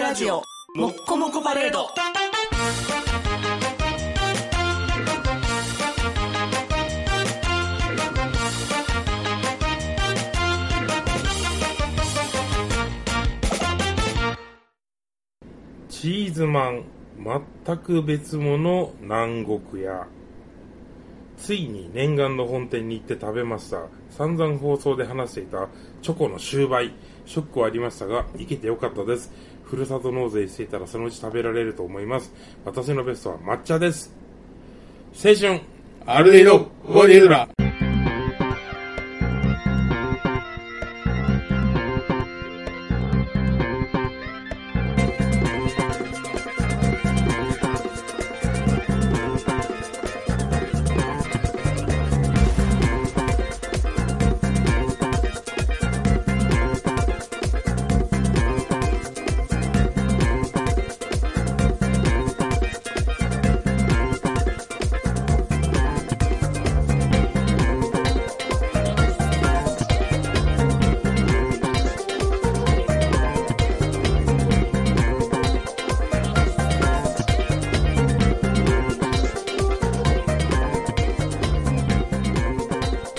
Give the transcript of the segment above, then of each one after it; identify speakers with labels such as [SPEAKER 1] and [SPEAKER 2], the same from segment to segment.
[SPEAKER 1] ラジオもっこもこパレード
[SPEAKER 2] チーズマン全く別物南国屋ついに念願の本店に行って食べました散々放送で話していたチョコの終売ショックはありましたが生きてよかったですふるさと納税していたらそのうち食べられると思います私のベストは抹茶です青春
[SPEAKER 3] アルデイド、ホイエドラ。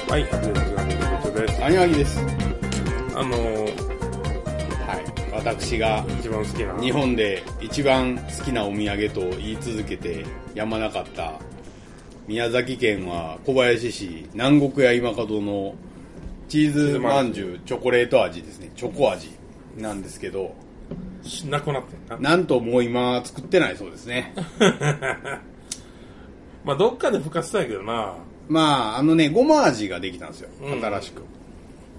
[SPEAKER 2] はいアルデスガンの部長です
[SPEAKER 3] アニワギです。
[SPEAKER 2] あのー、
[SPEAKER 3] はい。私が
[SPEAKER 2] 一番好きな
[SPEAKER 3] 日本で一番好きなお土産と言い続けてやまなかった宮崎県は小林市南国屋今門のチーズまんじゅうチョコレート味ですね。チョコ味なんですけど、
[SPEAKER 2] しなくなってんな
[SPEAKER 3] なんともう今作ってないそうですね。
[SPEAKER 2] まあどっかで孵化したんやけどな
[SPEAKER 3] まあ、あのね、ごま味ができたんですよ
[SPEAKER 2] うん。
[SPEAKER 3] 新しく。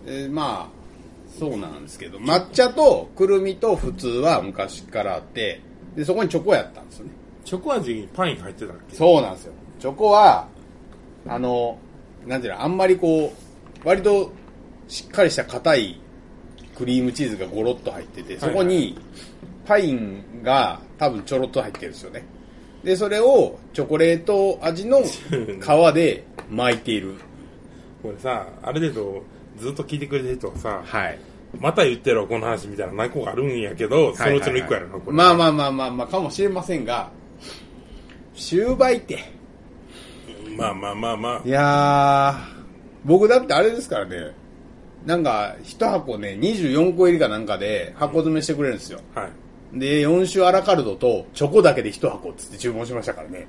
[SPEAKER 3] えーまあ、そうなんですけど、抹茶とくるみと普通は昔からあって、で、そこにチョコやったんですよね。
[SPEAKER 2] チョコ味にパイン入ってたっけ
[SPEAKER 3] そうなんですよ。チョコは、あの、なんていうの、あんまりこう、割としっかりした硬いクリームチーズがゴロッと入ってて、
[SPEAKER 2] はい
[SPEAKER 3] そこにパインが多分ちょろっと入ってるんですよね。で、それをチョコレート 味の皮で巻いている。
[SPEAKER 2] これさあれでとずっと聞いてくれてる人はさ
[SPEAKER 3] はい。
[SPEAKER 2] また言ってろこの話みたいな何個かあるんやけどそのうちの1個やろなこれ
[SPEAKER 3] まあ
[SPEAKER 2] あ
[SPEAKER 3] まあまあまあまあ、かもしれませんが、終売って。
[SPEAKER 2] まあまあまあまあ
[SPEAKER 3] いやー、僕だってあれですからね、なんか、一箱ね、24個入りかなんかで箱詰めしてくれるんですよ。
[SPEAKER 2] はい
[SPEAKER 3] で、4種アラカルドとチョコだけで一箱っつって注文しましたからね。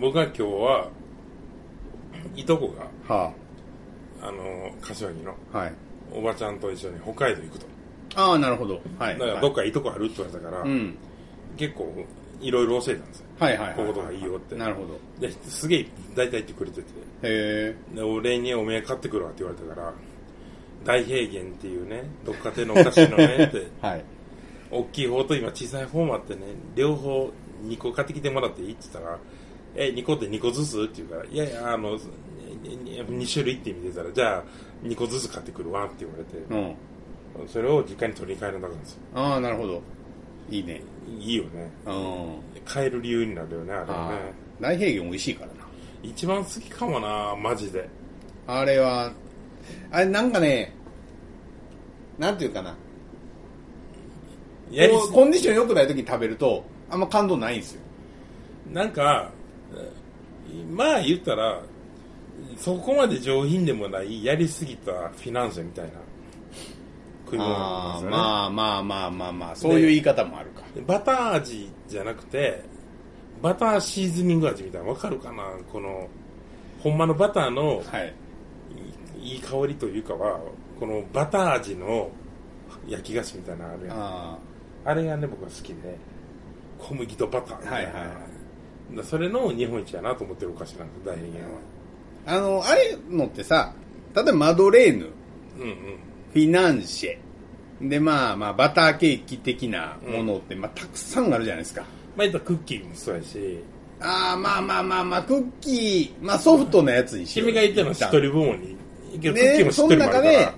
[SPEAKER 2] 僕は今日はいとこが
[SPEAKER 3] は
[SPEAKER 2] あの柏木の
[SPEAKER 3] あ、はい。
[SPEAKER 2] おばちゃんと一緒に北海道行くと
[SPEAKER 3] ああ、なるほど。はい。
[SPEAKER 2] だからどっかいとこあるって言われたから、
[SPEAKER 3] はいうん。
[SPEAKER 2] 結構いろいろ教えたんですよ
[SPEAKER 3] はいはいはい。
[SPEAKER 2] こことかいいよって
[SPEAKER 3] なるほど。
[SPEAKER 2] ですげえ大体言ってくれてて
[SPEAKER 3] へ
[SPEAKER 2] で俺にお土産買ってくるわって言われたから大平原っていうねどっか亭のお菓子のねって
[SPEAKER 3] え。はい。
[SPEAKER 2] 大きい方と今小さい方もあってね両方2個買ってきてもらっていいって言ったら「え2個って2個ずつ?」って言うから「いやいやあの2種類って見てたらじゃあ2個ずつ買ってくるわ」って言われ
[SPEAKER 3] う
[SPEAKER 2] て
[SPEAKER 3] ん。
[SPEAKER 2] それを実家に取りに帰るんだからですよ
[SPEAKER 3] ああ、なるほど。いいね。
[SPEAKER 2] いいよね
[SPEAKER 3] うん。
[SPEAKER 2] 買える理由になるよねあれは
[SPEAKER 3] あ
[SPEAKER 2] ね
[SPEAKER 3] ー大平原美味しいからな。
[SPEAKER 2] 一番好きかもなマジで
[SPEAKER 3] あれは、あれなんかね、なんていうかな。
[SPEAKER 2] やり
[SPEAKER 3] こうコンディション良くない時に食べると、あんま感動ないんですよ。
[SPEAKER 2] なんかえまあ言ったらそこまで上品でもないやりすぎたフィナンシェみたいな食い物なんですよね
[SPEAKER 3] まあまあまあまあまあ、そういう言い方もあるか。
[SPEAKER 2] バター味じゃなくてバターシーズニング味みたいなわかるかなこのほんまのバターの
[SPEAKER 3] はい。
[SPEAKER 2] いいいい香りというかはこのバター味の焼き菓子みたいなのあるやんあ
[SPEAKER 3] あ
[SPEAKER 2] れがね僕は好きで小麦とバターみたいな、
[SPEAKER 3] はいはいは
[SPEAKER 2] だそれの日本一やなと思ってるお菓子なんです大変は
[SPEAKER 3] ああの、あれのってさ、例えばマドレーヌ、フ
[SPEAKER 2] うんうん
[SPEAKER 3] ィナンシェ、でまあまあバターケーキ的なものって、まあたくさんあるじゃないですか。
[SPEAKER 2] まあ言ったらクッキーもそうやし
[SPEAKER 3] ああ、まあまあまあまあ、クッキー、まあソフトなやつにしよう
[SPEAKER 2] 君が言ったのはしっとり部門にいけどクッキー
[SPEAKER 3] ね、
[SPEAKER 2] もしっ
[SPEAKER 3] そ
[SPEAKER 2] と
[SPEAKER 3] の
[SPEAKER 2] りもあ
[SPEAKER 3] 中
[SPEAKER 2] るから、
[SPEAKER 3] で、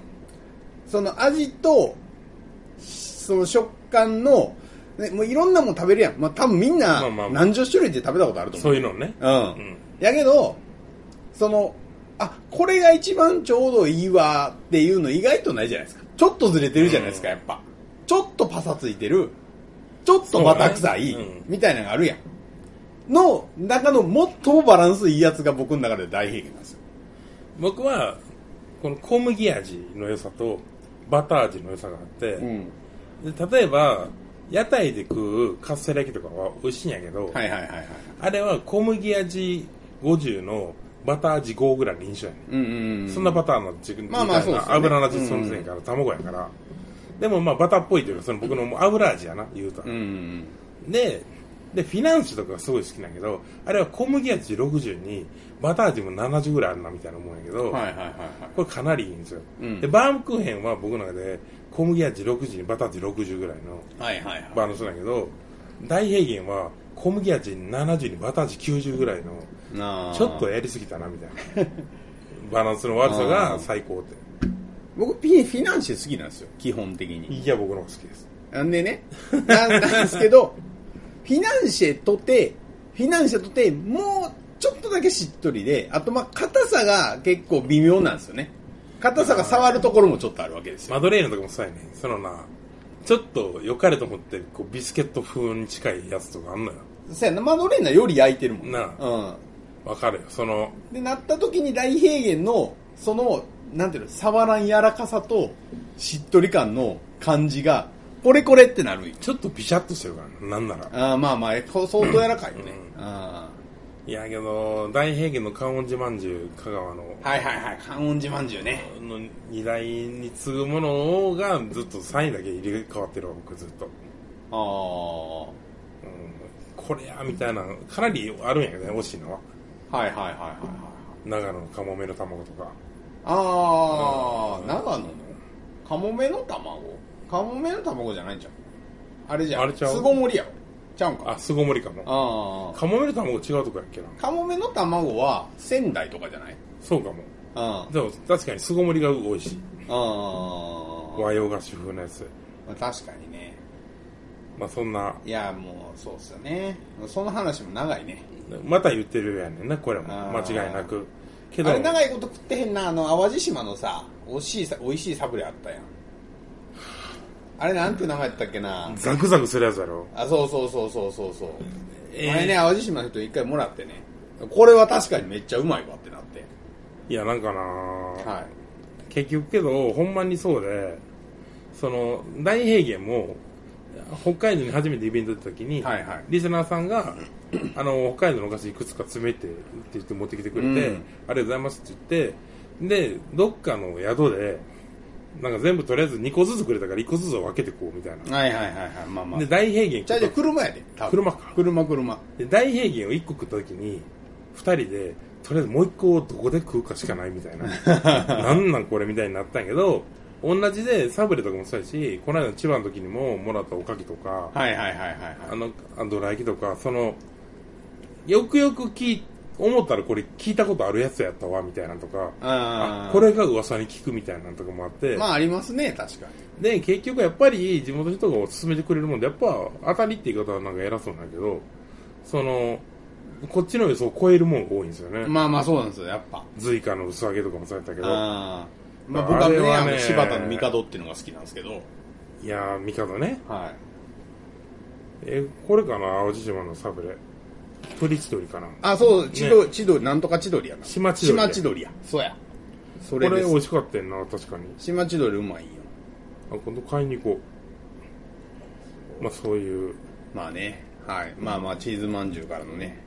[SPEAKER 3] その味と、その食感の、ね、もういろんなもん食べるやん。まあ多分みん
[SPEAKER 2] ま
[SPEAKER 3] な
[SPEAKER 2] あまあまあ
[SPEAKER 3] 何十種類って食べたことあると思
[SPEAKER 2] そう
[SPEAKER 3] う。
[SPEAKER 2] いうのね
[SPEAKER 3] うん。
[SPEAKER 2] うん
[SPEAKER 3] やけど、その、あ、これが一番ちょうどいいわっていうの意外とないじゃないですか。ちょっとずれてるじゃないですか、やっぱ。ちょっとパサついてる、ちょっとバタ臭い、
[SPEAKER 2] そうねうん
[SPEAKER 3] みたいなのがあるやん。の中の最もバランスいいやつが僕の中で大平均なんですよ。
[SPEAKER 2] 僕はこの小麦味の良さとバター味の良さがあって、
[SPEAKER 3] ん。
[SPEAKER 2] で例えば屋台で食うカステラ焼きとかは美味しいんやけど、
[SPEAKER 3] はいはいはいはい。
[SPEAKER 2] あれは小麦味50のバター味5ぐらいの印象やね、
[SPEAKER 3] うんうんうん
[SPEAKER 2] そんなバターの自分み
[SPEAKER 3] まあ
[SPEAKER 2] たい
[SPEAKER 3] まあそうっすよ
[SPEAKER 2] な
[SPEAKER 3] ね
[SPEAKER 2] 油の味するんせんから、卵やからでもまあバターっぽいというかその僕のもう油味やな言うたら、
[SPEAKER 3] うんうん
[SPEAKER 2] ででフィナンシェとかがすごい好きなんやけどあれは小麦味60にバター味も70ぐらいあるなみたいな思うんやけど、
[SPEAKER 3] うん。はいはいはいはい。
[SPEAKER 2] これかなりいいんですよ、
[SPEAKER 3] うん
[SPEAKER 2] でバームクーヘンは僕の中で小麦味60にバター味60ぐらいの
[SPEAKER 3] はいはいはい。
[SPEAKER 2] バランスなんやけど大平原は小麦味70にバター味90ぐらいの
[SPEAKER 3] なあ
[SPEAKER 2] ちょっとやりすぎたなみたいなバランスの悪さが最高って
[SPEAKER 3] 僕ピフィナンシェ好きなんですよ基本的に
[SPEAKER 2] いや僕の方が好きです
[SPEAKER 3] なんでねななん ですけどフィナンシェとてフィナンシェとてもうちょっとだけしっとりであとまあ硬さが結構微妙なんですよね硬さが触るところもちょっとあるわけですよ、
[SPEAKER 2] マドレーヌとかもそうやねそのなちょっと良かれと思ってこうビスケット風に近いやつとかあんのよ
[SPEAKER 3] そうやなマドレーヌはより焼いてるもん
[SPEAKER 2] な
[SPEAKER 3] うん
[SPEAKER 2] わかるよその
[SPEAKER 3] でなった時に大平原のそのなんていうの触らん柔らかさとしっとり感の感じがこれこれってなるんよ
[SPEAKER 2] ちょっとビシャッとしてるからななんなら
[SPEAKER 3] あーまあまあこ相当柔らかいよね、
[SPEAKER 2] う
[SPEAKER 3] あー
[SPEAKER 2] いやけど大平原の観音寺まんじゅう香川の
[SPEAKER 3] はいはいはい、観音寺まんじゅうね。
[SPEAKER 2] の荷台に次ぐものがずっと3位だけ入れ替わってるわ僕ずっと、うん、
[SPEAKER 3] ああ。
[SPEAKER 2] これやみたいなかなりあるんやけどね惜しいのは
[SPEAKER 3] はいはいはいはいはい。
[SPEAKER 2] 長野のカモメの卵とか
[SPEAKER 3] ああ、長野のカモメの卵カモメの卵じゃないんじゃん。あれじゃん。
[SPEAKER 2] あれちゃう
[SPEAKER 3] 巣ごもりやろ。ちゃうんか。
[SPEAKER 2] あ巣ごもりかも
[SPEAKER 3] ああ。
[SPEAKER 2] カモメの卵違うとこやっけな
[SPEAKER 3] カモメの卵は仙台とかじゃない
[SPEAKER 2] そうかも
[SPEAKER 3] あ
[SPEAKER 2] でも確かに巣ごもりが多いし
[SPEAKER 3] あ。あ
[SPEAKER 2] 和洋菓子風のやつ
[SPEAKER 3] あ。確かにね。
[SPEAKER 2] まあそんない
[SPEAKER 3] や、もうそうっすよね。その話も長いね。
[SPEAKER 2] また言ってるやねんなこれも
[SPEAKER 3] あ
[SPEAKER 2] 間
[SPEAKER 3] ー
[SPEAKER 2] 違いなくけど
[SPEAKER 3] あれ長いこと食ってへんな、あの、淡路島のさ、美味しいさ、美味しいサブレあったやん。あれなんていう名前やったっけな。
[SPEAKER 2] ザクザクするやつやろ
[SPEAKER 3] あ、そうそうそうそうそうそう。
[SPEAKER 2] えー
[SPEAKER 3] 前ね、淡路島の人一回もらってね、これは確かにめっちゃうまいわってなって。
[SPEAKER 2] いやなんかな
[SPEAKER 3] はい。
[SPEAKER 2] 結局けどほんまにそうでその大平原も北海道に初めてイベント行った時に、
[SPEAKER 3] はいはい
[SPEAKER 2] リスナーさんがあの北海道のお菓子いくつか詰めてって言って持ってきてくれて、
[SPEAKER 3] うん
[SPEAKER 2] ありがとうございますって言ってでどっかの宿でなんか全部とりあえず2個ずつくれたから1個ずつ分けてこうみたいな、
[SPEAKER 3] はいはいはいはい。まあまあ。
[SPEAKER 2] で
[SPEAKER 3] じ
[SPEAKER 2] 大平原
[SPEAKER 3] ゃあ
[SPEAKER 2] 食
[SPEAKER 3] じゃあ
[SPEAKER 2] った
[SPEAKER 3] 車やで。多分
[SPEAKER 2] 車か
[SPEAKER 3] 車車。
[SPEAKER 2] で大平原を1個食った時に2人でとりあえずもう1個をどこで食うかしかないみたい ななんなんこれみたいになったんやけど同じでサブレとかもそうやしこの間の千葉の時にももらったおかきとか
[SPEAKER 3] はいはいはいはい
[SPEAKER 2] あ
[SPEAKER 3] はい。
[SPEAKER 2] のあどら焼きとかそのよくよく聞い思ったらこれ聞いたことあるやつやったわみたいなのとかあ
[SPEAKER 3] あー
[SPEAKER 2] これが噂に聞くみたいなのとかもあって、
[SPEAKER 3] まあありますね、確かに。
[SPEAKER 2] で結局やっぱり地元の人が勧めてくれるもんでやっぱ当たりって言い方はなんか偉そうなんだけどそのこっちの予想を超えるもんが多いんですよね、
[SPEAKER 3] まあまあそうなんですよ、やっぱ。
[SPEAKER 2] ズイカの薄揚げとかもそうやったけど
[SPEAKER 3] あーまあ
[SPEAKER 2] あ
[SPEAKER 3] 僕はね、
[SPEAKER 2] あれは
[SPEAKER 3] あ
[SPEAKER 2] ね
[SPEAKER 3] の柴田の帝っていうのが好きなんですけど。
[SPEAKER 2] いやーミカドね
[SPEAKER 3] はい。
[SPEAKER 2] えこれかな淡路島のサブレプリチドリかな
[SPEAKER 3] あ、そう、千鳥、千鳥、なんとか千鳥やな。
[SPEAKER 2] 島千鳥や
[SPEAKER 3] 島千鳥や。そうや。そ
[SPEAKER 2] こ
[SPEAKER 3] れ
[SPEAKER 2] れ
[SPEAKER 3] で
[SPEAKER 2] 美味
[SPEAKER 3] す。
[SPEAKER 2] しかったよな確かに
[SPEAKER 3] 島千鳥うまいよ。
[SPEAKER 2] あ今度買いに行こうまあそういう
[SPEAKER 3] まあね。はい。まあまあ、チーズまんじゅうからのね、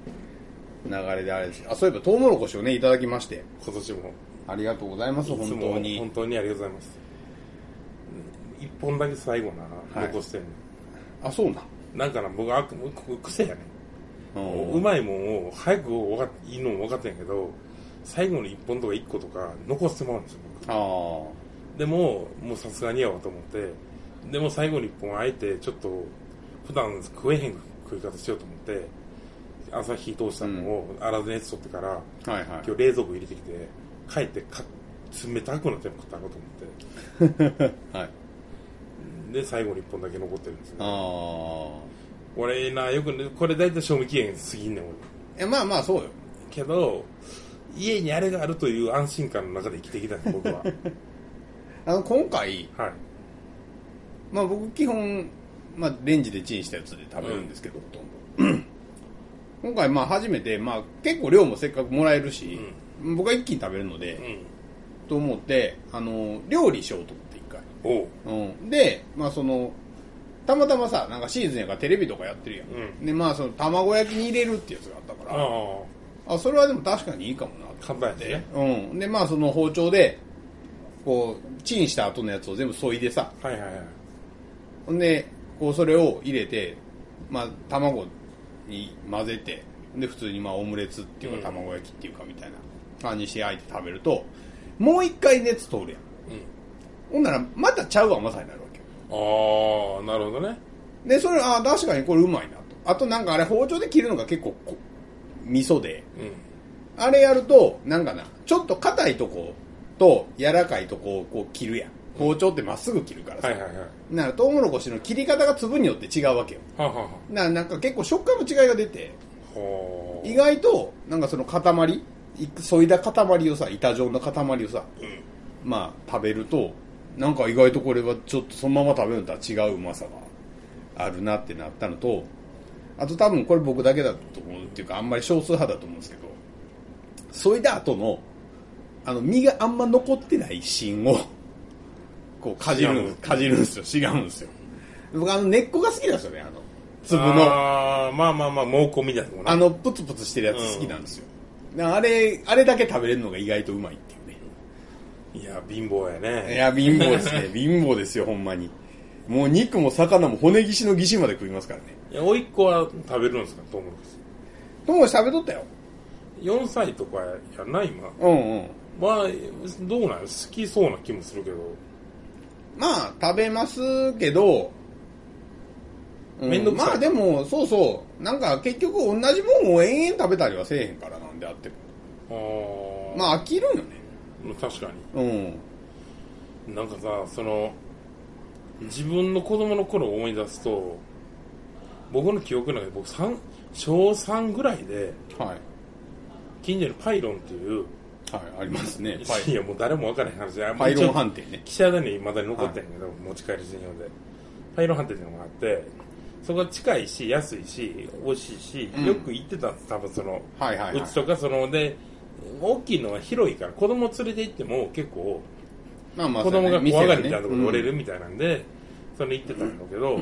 [SPEAKER 3] 流れであれです。あ、そういえば、トウモロコシをね、いただきまして。
[SPEAKER 2] 今年も
[SPEAKER 3] ありがとうございます、
[SPEAKER 2] い
[SPEAKER 3] 本
[SPEAKER 2] つも
[SPEAKER 3] 当
[SPEAKER 2] 本
[SPEAKER 3] に。
[SPEAKER 2] 当にありがとうございます一本だけ最後な、
[SPEAKER 3] はい
[SPEAKER 2] 残してんの
[SPEAKER 3] あ、そうなん。
[SPEAKER 2] なんかな僕あくここ癖やね
[SPEAKER 3] うん
[SPEAKER 2] うまいもんを早く分かっいいのも分かってんやけど最後の1本とか1個とか残してもらうんですよ僕
[SPEAKER 3] ああ。
[SPEAKER 2] でももうさすがにやわと思ってでも最後の1本あえてちょっと普段食えへん食い方しようと思って朝火通したのを粗熱取ってから、
[SPEAKER 3] はいは
[SPEAKER 2] 今
[SPEAKER 3] い。
[SPEAKER 2] 日冷蔵庫入れてきて帰ってか冷たくなっても食ったろうと思っ
[SPEAKER 3] はい。
[SPEAKER 2] てで最後の1本だけ残ってるんですよ
[SPEAKER 3] あ
[SPEAKER 2] 俺なよくねこれ大体賞味期限過ぎんねん俺
[SPEAKER 3] あ。え、まあまあ、そうよ。
[SPEAKER 2] けど家にあれがあるという安 心感の中で生きてきたんです僕は
[SPEAKER 3] あの、今回、
[SPEAKER 2] はい
[SPEAKER 3] まあ僕基本、まあ、レンジでチンしたやつで食べるんですけど、ほとんど今回まあ初めて、まあ、結構量もせっかくもらえるし、僕は一気に食べるので、
[SPEAKER 2] うん。
[SPEAKER 3] と思ってあの料理しようと思って一回、
[SPEAKER 2] おう。
[SPEAKER 3] うん、で、まあ、そのたまたまさなんかシーズンやからテレビとかやってるやん、
[SPEAKER 2] う
[SPEAKER 3] でまあその卵焼きに入れるってやつがあったから
[SPEAKER 2] あ
[SPEAKER 3] あそれはでも確かにいいかもな
[SPEAKER 2] あ、簡単やでね。
[SPEAKER 3] うん、でまあその包丁でこうチンした後のやつを全部削いでさ
[SPEAKER 2] はいはいはい。
[SPEAKER 3] ほんでこうそれを入れて、まあ、卵に混ぜてで普通にまあオムレツっていうか
[SPEAKER 2] うん
[SPEAKER 3] 卵焼きっていうかみたいな感じにして焼いて食べるともう一回熱通るやんほんならまたちゃう甘さになるわけよ
[SPEAKER 2] ああ、なるほどね。
[SPEAKER 3] でそれあー確かにこれうまいなとあとなんかあれ包丁で切るのが結構こう味噌で
[SPEAKER 2] う
[SPEAKER 3] あれやると、なんかな、ちょっと硬いとこと柔らかいとこをこう切るやん。包丁ってまっすぐ切るから
[SPEAKER 2] ん。
[SPEAKER 3] さ。
[SPEAKER 2] はいはいはい。は
[SPEAKER 3] なら、トウモロコシの切り方が粒によって違うわけよ。
[SPEAKER 2] あ、はあは
[SPEAKER 3] ななんか結構食感の違いが出て、
[SPEAKER 2] あ、ほう
[SPEAKER 3] 意外と、なんかその塊、い削いだ塊をさ、板状の塊をさ、まあ食べると、なんか意外とこれはちょっとそのまま食べるのとは違ううまさがあるなってなったのと、あと多分これ僕だけだと思うっていうか、あんまり少数派だと思うんですけど、削いだ後の、あの身があんま残ってない芯を、こうかじるん、かじるんですよ、しがむんですよ。僕あの根っこが好きなんですよね、あの、粒の。
[SPEAKER 2] あーまあまあまあ、猛虎みたいなもん
[SPEAKER 3] あ
[SPEAKER 2] な。
[SPEAKER 3] の、プツプツしてるやつ好きなんですよ。なあれ、あれだけ食べれるのが意外とうまいっていうね。
[SPEAKER 2] いや、貧乏やね。
[SPEAKER 3] いや、貧乏です ね。貧乏ですよ、ほんまに。もう肉も魚も骨ぎしのぎしまで食いますからね。
[SPEAKER 2] いや、おいっ子は食べるんですか、トウモロコシ。
[SPEAKER 3] 友達食べとったよ。
[SPEAKER 2] 4歳とかやな、今。
[SPEAKER 3] うんうん。
[SPEAKER 2] まあ、どうなん好きそうな気もするけど。
[SPEAKER 3] まあ、食べますけど、う
[SPEAKER 2] めんどくさい
[SPEAKER 3] まあでも、そうそう。なんか結局同じもんを延々食べたりはせえへんからなんであっても。
[SPEAKER 2] あー
[SPEAKER 3] まあ飽きるんよね。
[SPEAKER 2] 確か
[SPEAKER 3] うん。
[SPEAKER 2] に。なんかさ、その、自分の子供の頃を思い出すと、僕の記憶の中で僕三小3ぐらいで、
[SPEAKER 3] はい。
[SPEAKER 2] 近所にパイロンっていう、
[SPEAKER 3] はい、ありますね。パ
[SPEAKER 2] い
[SPEAKER 3] イ
[SPEAKER 2] やもう誰もわからへん話で、
[SPEAKER 3] パイロン
[SPEAKER 2] 判
[SPEAKER 3] 判定ね。
[SPEAKER 2] 岸和田にまだに残ってんやけど、持ち帰り専用で。パイロン判定っていうのがあって、そこが近いし、安いし、美味しいし、
[SPEAKER 3] うん
[SPEAKER 2] よく行ってたんです、多分その、。
[SPEAKER 3] はいはいはいう
[SPEAKER 2] ちとか、その、で、大きいのは広いから、子供連れて行っても結構、
[SPEAKER 3] まあまあ
[SPEAKER 2] 子供が怖がりみたいなところ
[SPEAKER 3] ろ
[SPEAKER 2] に折れるみたいなんで、それ行ってたんだけど、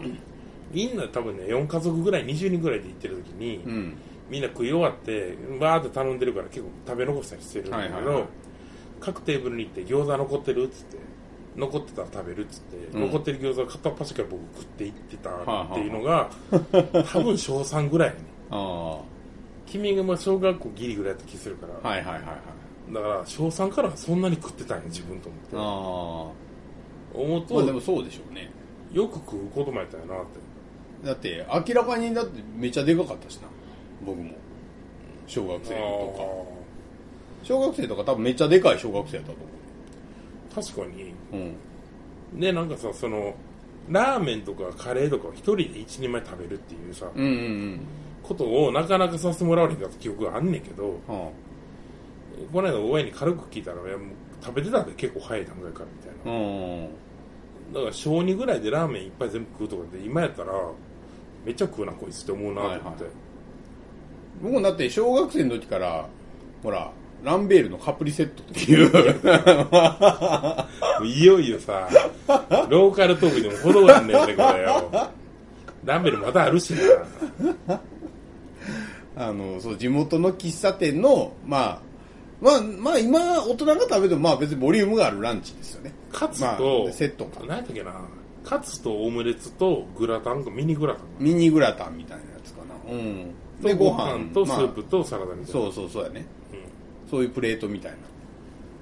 [SPEAKER 2] みんな多分ね、4家族ぐらい、20人ぐらいで行ってる時に、
[SPEAKER 3] うん。
[SPEAKER 2] みんな食い終わってバーって頼んでるから結構食べ残したりしてるんだけど、
[SPEAKER 3] はいはいはい
[SPEAKER 2] 各テーブルに行って餃子残ってるっつって残ってたら食べるっつって、
[SPEAKER 3] うん
[SPEAKER 2] 残ってる餃子を片っ端から僕食っていってたっていうのが、多分小3ぐらいやね
[SPEAKER 3] あ
[SPEAKER 2] 君がまあ小学校ギリぐらいやった気するから、
[SPEAKER 3] あ、はいはいはいはい。
[SPEAKER 2] だから小3からそんなに食ってたんや自分と思って
[SPEAKER 3] あ
[SPEAKER 2] 思う
[SPEAKER 3] あ、まあ
[SPEAKER 2] と、
[SPEAKER 3] でもそうでしょうね。
[SPEAKER 2] よく食う子供やったんやなって
[SPEAKER 3] だって、明らかにだってめっちゃでかかったしな。僕も。小学生と
[SPEAKER 2] あ
[SPEAKER 3] か。小学生とか多分めっちゃでかい小学生やったと思
[SPEAKER 2] ー確かに
[SPEAKER 3] う。うん。
[SPEAKER 2] ねなんかさそのラーメンとかカレーとかを一人で一人前食べるっていうさ、
[SPEAKER 3] うんうん
[SPEAKER 2] ことをなかなかさせてもらわれへんかった記憶があんねんけど、
[SPEAKER 3] うん。は
[SPEAKER 2] この間親に軽く聞いたら、いやもう食べてたんで結構早い段階からみたい
[SPEAKER 3] あ、うん。
[SPEAKER 2] な。だから小2ぐらいでラーメンいっぱい全部食うとかで、今やったら、めっちゃ食うなこいつって思うなと思って。
[SPEAKER 3] はい僕もだって小学生の時から、ほら、ランベールのカプリセットって いう。
[SPEAKER 2] いよいよ さ、ローカルトークでもほどがあんねんね、これよ。ランベルまたあるしな。
[SPEAKER 3] あの、そう、地元の喫茶店の、まあ、まあ、まあ今、大人が食べても、まあ別にボリュームがあるランチですよね。
[SPEAKER 2] カツ
[SPEAKER 3] まあ
[SPEAKER 2] と、
[SPEAKER 3] セットか
[SPEAKER 2] 何やったっけな。カツとオムレツとグラタンかミニグラタンか
[SPEAKER 3] ミニグラタンみたいなやつかな。うん。で、
[SPEAKER 2] と
[SPEAKER 3] ご飯
[SPEAKER 2] とスープ
[SPEAKER 3] ま
[SPEAKER 2] とサラダみ
[SPEAKER 3] あ
[SPEAKER 2] たいな。
[SPEAKER 3] そうそうそうやね。
[SPEAKER 2] うん
[SPEAKER 3] そういうプレートみたい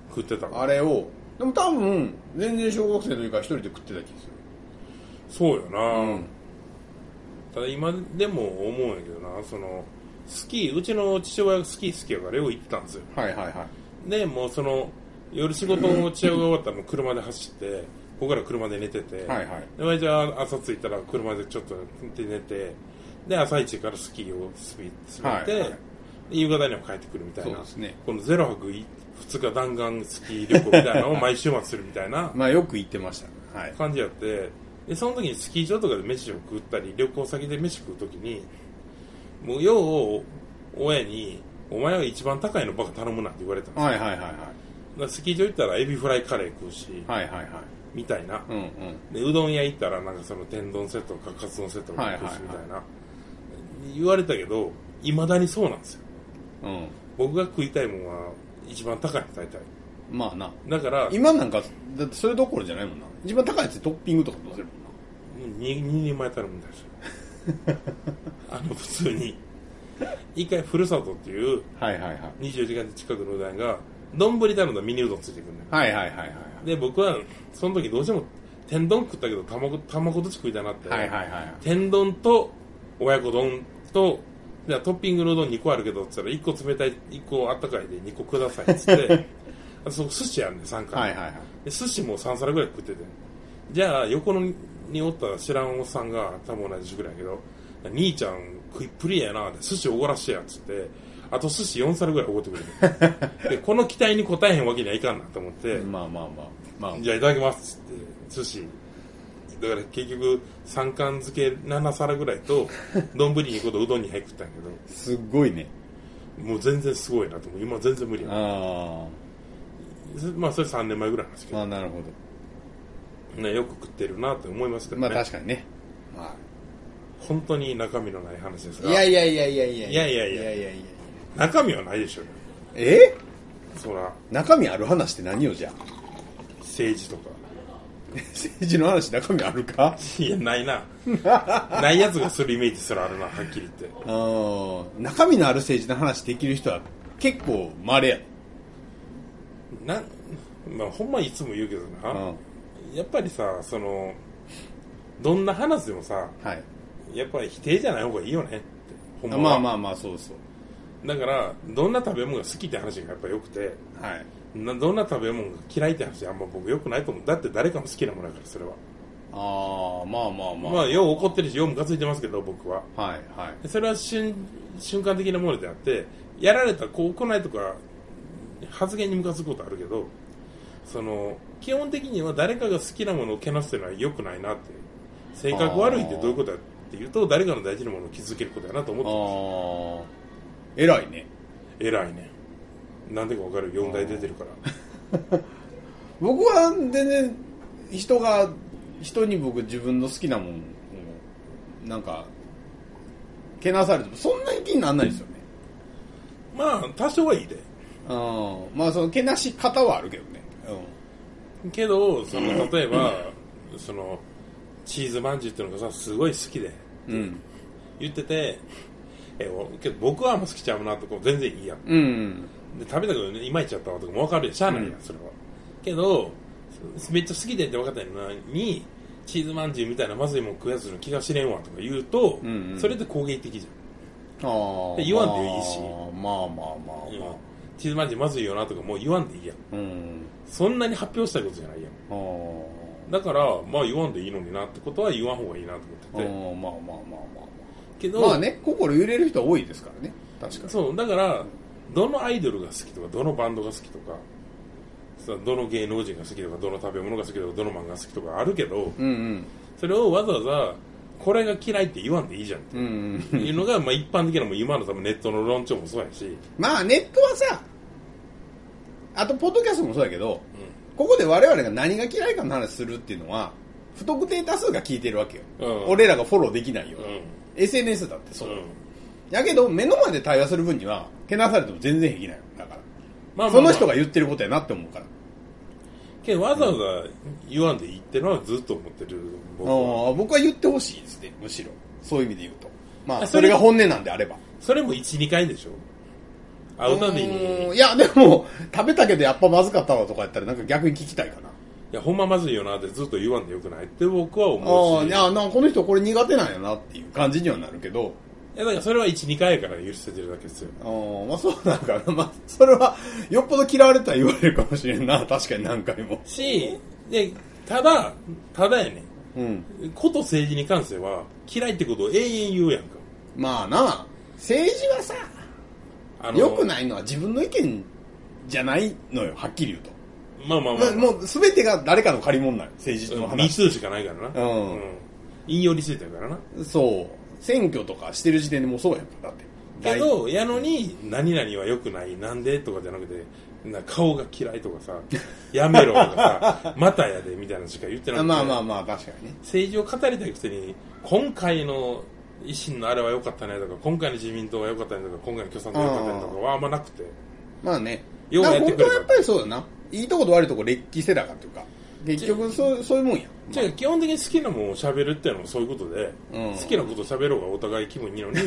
[SPEAKER 2] 食ってたわ
[SPEAKER 3] な。あれを、でも多分、全然小学生の時から一人で食ってた気がする。
[SPEAKER 2] そうよな、
[SPEAKER 3] ん
[SPEAKER 2] ただ今でも思うんやけどなそのスキーうちの父親がスキー好きやからよう行ってたんですよ
[SPEAKER 3] はいはいはい。
[SPEAKER 2] でもうその夜仕事の父親が終わったらもう車で走ってここから車で寝てて、
[SPEAKER 3] はいはい
[SPEAKER 2] で親父は朝着いたら車でちょっと寝てで朝一からスキーを滑滑って、
[SPEAKER 3] はいはい
[SPEAKER 2] で夕方には帰ってくるみたい
[SPEAKER 3] そう
[SPEAKER 2] な
[SPEAKER 3] ですね
[SPEAKER 2] この0泊2日弾 丸スキー旅行みたいなのを毎週末するみたいな
[SPEAKER 3] まあよく行ってましたね。はい。
[SPEAKER 2] 感じやってでその時にスキー場とかで飯を食ったり旅行先で飯食う時にもうよう親に「お前は一番高いのばっか頼むな」って言われたんですよ
[SPEAKER 3] はいはいはいはい
[SPEAKER 2] だからスキー場行ったらエビフライカレー食うし、
[SPEAKER 3] はいはいはい
[SPEAKER 2] みたいな
[SPEAKER 3] うんうん
[SPEAKER 2] でうどん屋行ったらなんかその天丼セットかカツ丼セットか食うしみたいな、
[SPEAKER 3] はい
[SPEAKER 2] 言われたけどいまだにそうなんですよ
[SPEAKER 3] うん
[SPEAKER 2] 僕が食いたいもんは一番高いの大体
[SPEAKER 3] まあな
[SPEAKER 2] だから
[SPEAKER 3] 今なんかだってそれどころじゃないもんな一番高いやつトッピングとかどうせるもんな
[SPEAKER 2] 2人前たるみたいですよ あの普通に一回ふるさとっていう
[SPEAKER 3] はいはいはい
[SPEAKER 2] 24時間近くのうどん屋が丼頼んだらミニうどんついてくるんだよ
[SPEAKER 3] はいはいはいはい
[SPEAKER 2] で僕はその時どうしても天丼食ったけど卵卵とち食いたなって、
[SPEAKER 3] はいはいはいはい
[SPEAKER 2] 天丼と親子丼とじゃあトッピングのうどん2個あるけどっつったら1個冷たい1個あったかいで2個くださいっつって あそこ寿司あるね3回、
[SPEAKER 3] はいはいはい
[SPEAKER 2] で寿司も3皿ぐらい食っててじゃあ横におった知らんおっさんが多分同じぐらいやけど兄ちゃん食いっぷりやなって寿司おごらしてやっつってあと寿司4皿ぐらいおごってく れるでこの期待に応えへんわけにはいかんなと思って、
[SPEAKER 3] まあまあまあまあ
[SPEAKER 2] じゃあいただきますっつって寿司だから結局三貫漬け7皿ぐらい と丼2個とうどん2杯食ったんやけ
[SPEAKER 3] すっごいね
[SPEAKER 2] どもう全然すごいなと思う今全然無理や
[SPEAKER 3] あ
[SPEAKER 2] まあそれ3年前ぐらいなんです
[SPEAKER 3] あ
[SPEAKER 2] け
[SPEAKER 3] ま
[SPEAKER 2] ど、
[SPEAKER 3] あなるほど
[SPEAKER 2] ね、よく食ってるなって思いますけど、
[SPEAKER 3] ま
[SPEAKER 2] ね
[SPEAKER 3] あ確かにねは
[SPEAKER 2] 本当に中身のない話です
[SPEAKER 3] い
[SPEAKER 2] が
[SPEAKER 3] いやいやいやいやいや
[SPEAKER 2] いやいやいや
[SPEAKER 3] いやいやいや
[SPEAKER 2] 中身はないでしょうよ
[SPEAKER 3] え
[SPEAKER 2] そら
[SPEAKER 3] 中身ある話って何よじゃあ
[SPEAKER 2] 政治とか
[SPEAKER 3] 政治の話中身あるか
[SPEAKER 2] いやない なないやつがするイメージすらあるなはっきり言って
[SPEAKER 3] あー中身のある政治の話できる人は結構稀や
[SPEAKER 2] なまあほんまいつも言うけどな、
[SPEAKER 3] うん
[SPEAKER 2] やっぱりさそのどんな話でもさ
[SPEAKER 3] はい
[SPEAKER 2] やっぱり否定じゃない方がいいよねってほんまは
[SPEAKER 3] まあまあまあそうそう
[SPEAKER 2] だからどんな食べ物が好きって話がやっぱ良くて
[SPEAKER 3] はい
[SPEAKER 2] などんな食べ物が嫌いって話あんま僕良くないと思うだって誰かも好きなものだからそれは
[SPEAKER 3] ああまあまあまあ
[SPEAKER 2] まあよう怒ってるしようムカついてますけど僕は
[SPEAKER 3] はいはい
[SPEAKER 2] でそれは瞬瞬間的なものであってやられたこう行いとか発言にムカつくことあるけどその基本的には誰かが好きなものをけなすというのは良くないなって性格悪いってどういうことやっていうと誰かの大事なものを気づけることやなと思って
[SPEAKER 3] ああ偉いね
[SPEAKER 2] 偉いねなんでか分かる4代出てるから
[SPEAKER 3] 僕は全然人が人に僕自分の好きなもんをなんかけなされてもそんなに気にならないですよね
[SPEAKER 2] まあ多少はいいで
[SPEAKER 3] うんまあそのけなし方はあるけどね
[SPEAKER 2] けどその例えばそのチーズまんじゅうっていうのがさすごい好きで
[SPEAKER 3] うんうん
[SPEAKER 2] 言っててえおけど僕はあんま好きちゃうなとか全然いいやん
[SPEAKER 3] うん
[SPEAKER 2] で食べたけどねいまいちやったわとかも分かるやんしゃあないやん、
[SPEAKER 3] うん
[SPEAKER 2] それはけどそめっちゃ好きでって分かったのにチーズまんじゅうみたいなまずいもん食うやつの気が知れんわとか言うと、
[SPEAKER 3] うんうん
[SPEAKER 2] それって攻撃的じ
[SPEAKER 3] ああ
[SPEAKER 2] で言わんでいいし
[SPEAKER 3] まあまあま
[SPEAKER 2] ゃん、
[SPEAKER 3] あまあ
[SPEAKER 2] チーズまんじゅうまずいよなとかもう言わんでいいやん
[SPEAKER 3] うん
[SPEAKER 2] そんなに発表したいことじゃないやん
[SPEAKER 3] あ
[SPEAKER 2] だからまあ言わんでいいのになってことは言わん方がいいなと思
[SPEAKER 3] あ
[SPEAKER 2] ってて
[SPEAKER 3] まあまあまあまあ
[SPEAKER 2] けど、
[SPEAKER 3] まあまあね心揺れる人は多いですからね確かに
[SPEAKER 2] そうだからどのアイドルが好きとかどのバンドが好きとかさどの芸能人が好きとかどの食べ物が好きとかどの漫画が好きとかあるけど
[SPEAKER 3] うんうん
[SPEAKER 2] それをわざわざこれが嫌いって言わんでいいじゃんっ
[SPEAKER 3] うんうん
[SPEAKER 2] ていうのがまあ一般的なもう今の多分ネットの論調もそうやし
[SPEAKER 3] まあネットはさあとポッドキャストもそうやけど、ここで我々が何が嫌いかの話するっていうのは不特定多数が聞いてるわけよ、
[SPEAKER 2] うん
[SPEAKER 3] 俺らがフォローできないよ、
[SPEAKER 2] うん
[SPEAKER 3] SNS だってそうう、
[SPEAKER 2] ん
[SPEAKER 3] やけど目の前で対話する分にはけなされても全然平気なよだから、
[SPEAKER 2] まあまあまあ
[SPEAKER 3] その人が言ってることやなって思うから
[SPEAKER 2] けどわざわざ言わんでいいってのはずっと思ってる僕
[SPEAKER 3] 僕
[SPEAKER 2] は
[SPEAKER 3] は僕は言ってほしいですねむしろそういう意味で言うとまあ
[SPEAKER 2] あ
[SPEAKER 3] そ
[SPEAKER 2] そ
[SPEAKER 3] れ
[SPEAKER 2] れ
[SPEAKER 3] が本音なんであれば
[SPEAKER 2] それも12回でしょ会うたび
[SPEAKER 3] う
[SPEAKER 2] に
[SPEAKER 3] んいやでも食べたけどやっぱまずかったわとかやったらなんか逆に聞きたいかない
[SPEAKER 2] やほんままずいよなってずっと言わんでよくないって僕は思
[SPEAKER 3] あ
[SPEAKER 2] う
[SPEAKER 3] あ、
[SPEAKER 2] し
[SPEAKER 3] いや、なんかこの人これ苦手なんやなっていう感じにはなるけど、
[SPEAKER 2] いやだからそれは12回やから許せてるだけですよ
[SPEAKER 3] あーまあそうなんかな、まあそれはよっぽど嫌われたら言われるかもしれんな、 確かに何回も。
[SPEAKER 2] しでただただやね
[SPEAKER 3] うん。
[SPEAKER 2] んこと政治に関しては嫌いってことを永遠言うやんか
[SPEAKER 3] まあな、政治はさ、
[SPEAKER 2] あ
[SPEAKER 3] 良く
[SPEAKER 2] い
[SPEAKER 3] ないのは自分の意見じゃないのよ、はっきり言うと。
[SPEAKER 2] まあまあまあ、
[SPEAKER 3] まもう全てが誰かの借り物なんよ政治の
[SPEAKER 2] うん未
[SPEAKER 3] 話、
[SPEAKER 2] 通しかないからな。
[SPEAKER 3] うん
[SPEAKER 2] 引用についてるからな。
[SPEAKER 3] そう選挙とかしてる時点でもうそうやんかだって
[SPEAKER 2] けど、やのに、何々は良くない、なんでとかじゃなくて、な顔が嫌いとかさ、やめろとか さ、またやでみたいなのしか言ってな
[SPEAKER 3] 大
[SPEAKER 2] くて、
[SPEAKER 3] まあまあまあ確かにね
[SPEAKER 2] 政治を語りたいくせに、今回の維新のあれは良かったねとか、今回の自民党は良かったねとか、今回の共産党は良かったねとかはあんまなくて、
[SPEAKER 3] まあね
[SPEAKER 2] ようやって
[SPEAKER 3] なん
[SPEAKER 2] くれ
[SPEAKER 3] か
[SPEAKER 2] た
[SPEAKER 3] 本当はやっぱりそうだないいとこと悪いとこ劣気せなあかんというか結局そうそういう もんや
[SPEAKER 2] じゃあ基本的に好きなもんを喋るっていうのもそういうことで、
[SPEAKER 3] うん
[SPEAKER 2] 好きなこと喋ろうがお互い気分いいのに、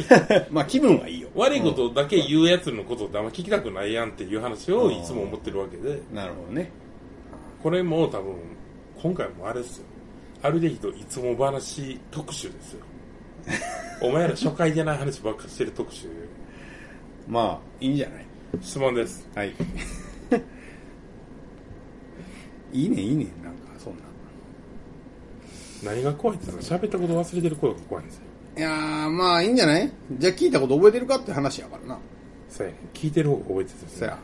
[SPEAKER 3] まあ気分はいいよ
[SPEAKER 2] 悪いことだけ言うやつのことってあんま聞きたくないやんっていう話をいつも思ってるわけで、
[SPEAKER 3] なるほどね
[SPEAKER 2] これも多分、今回もあれですよ。あるでひといつも話特集ですよ。お前ら初回じゃない話ばっかしてる特集。
[SPEAKER 3] まあいいんじゃない
[SPEAKER 2] 質問です。
[SPEAKER 3] はい いいねいいねなんかそんな
[SPEAKER 2] 何が怖いって言ったら喋ったこと忘れてる声が怖いんですよ。
[SPEAKER 3] いやーまあいいんじゃないじゃあ聞いたこと覚えてるかって話やからな
[SPEAKER 2] さや、聞いてる方が覚えてたんです
[SPEAKER 3] そや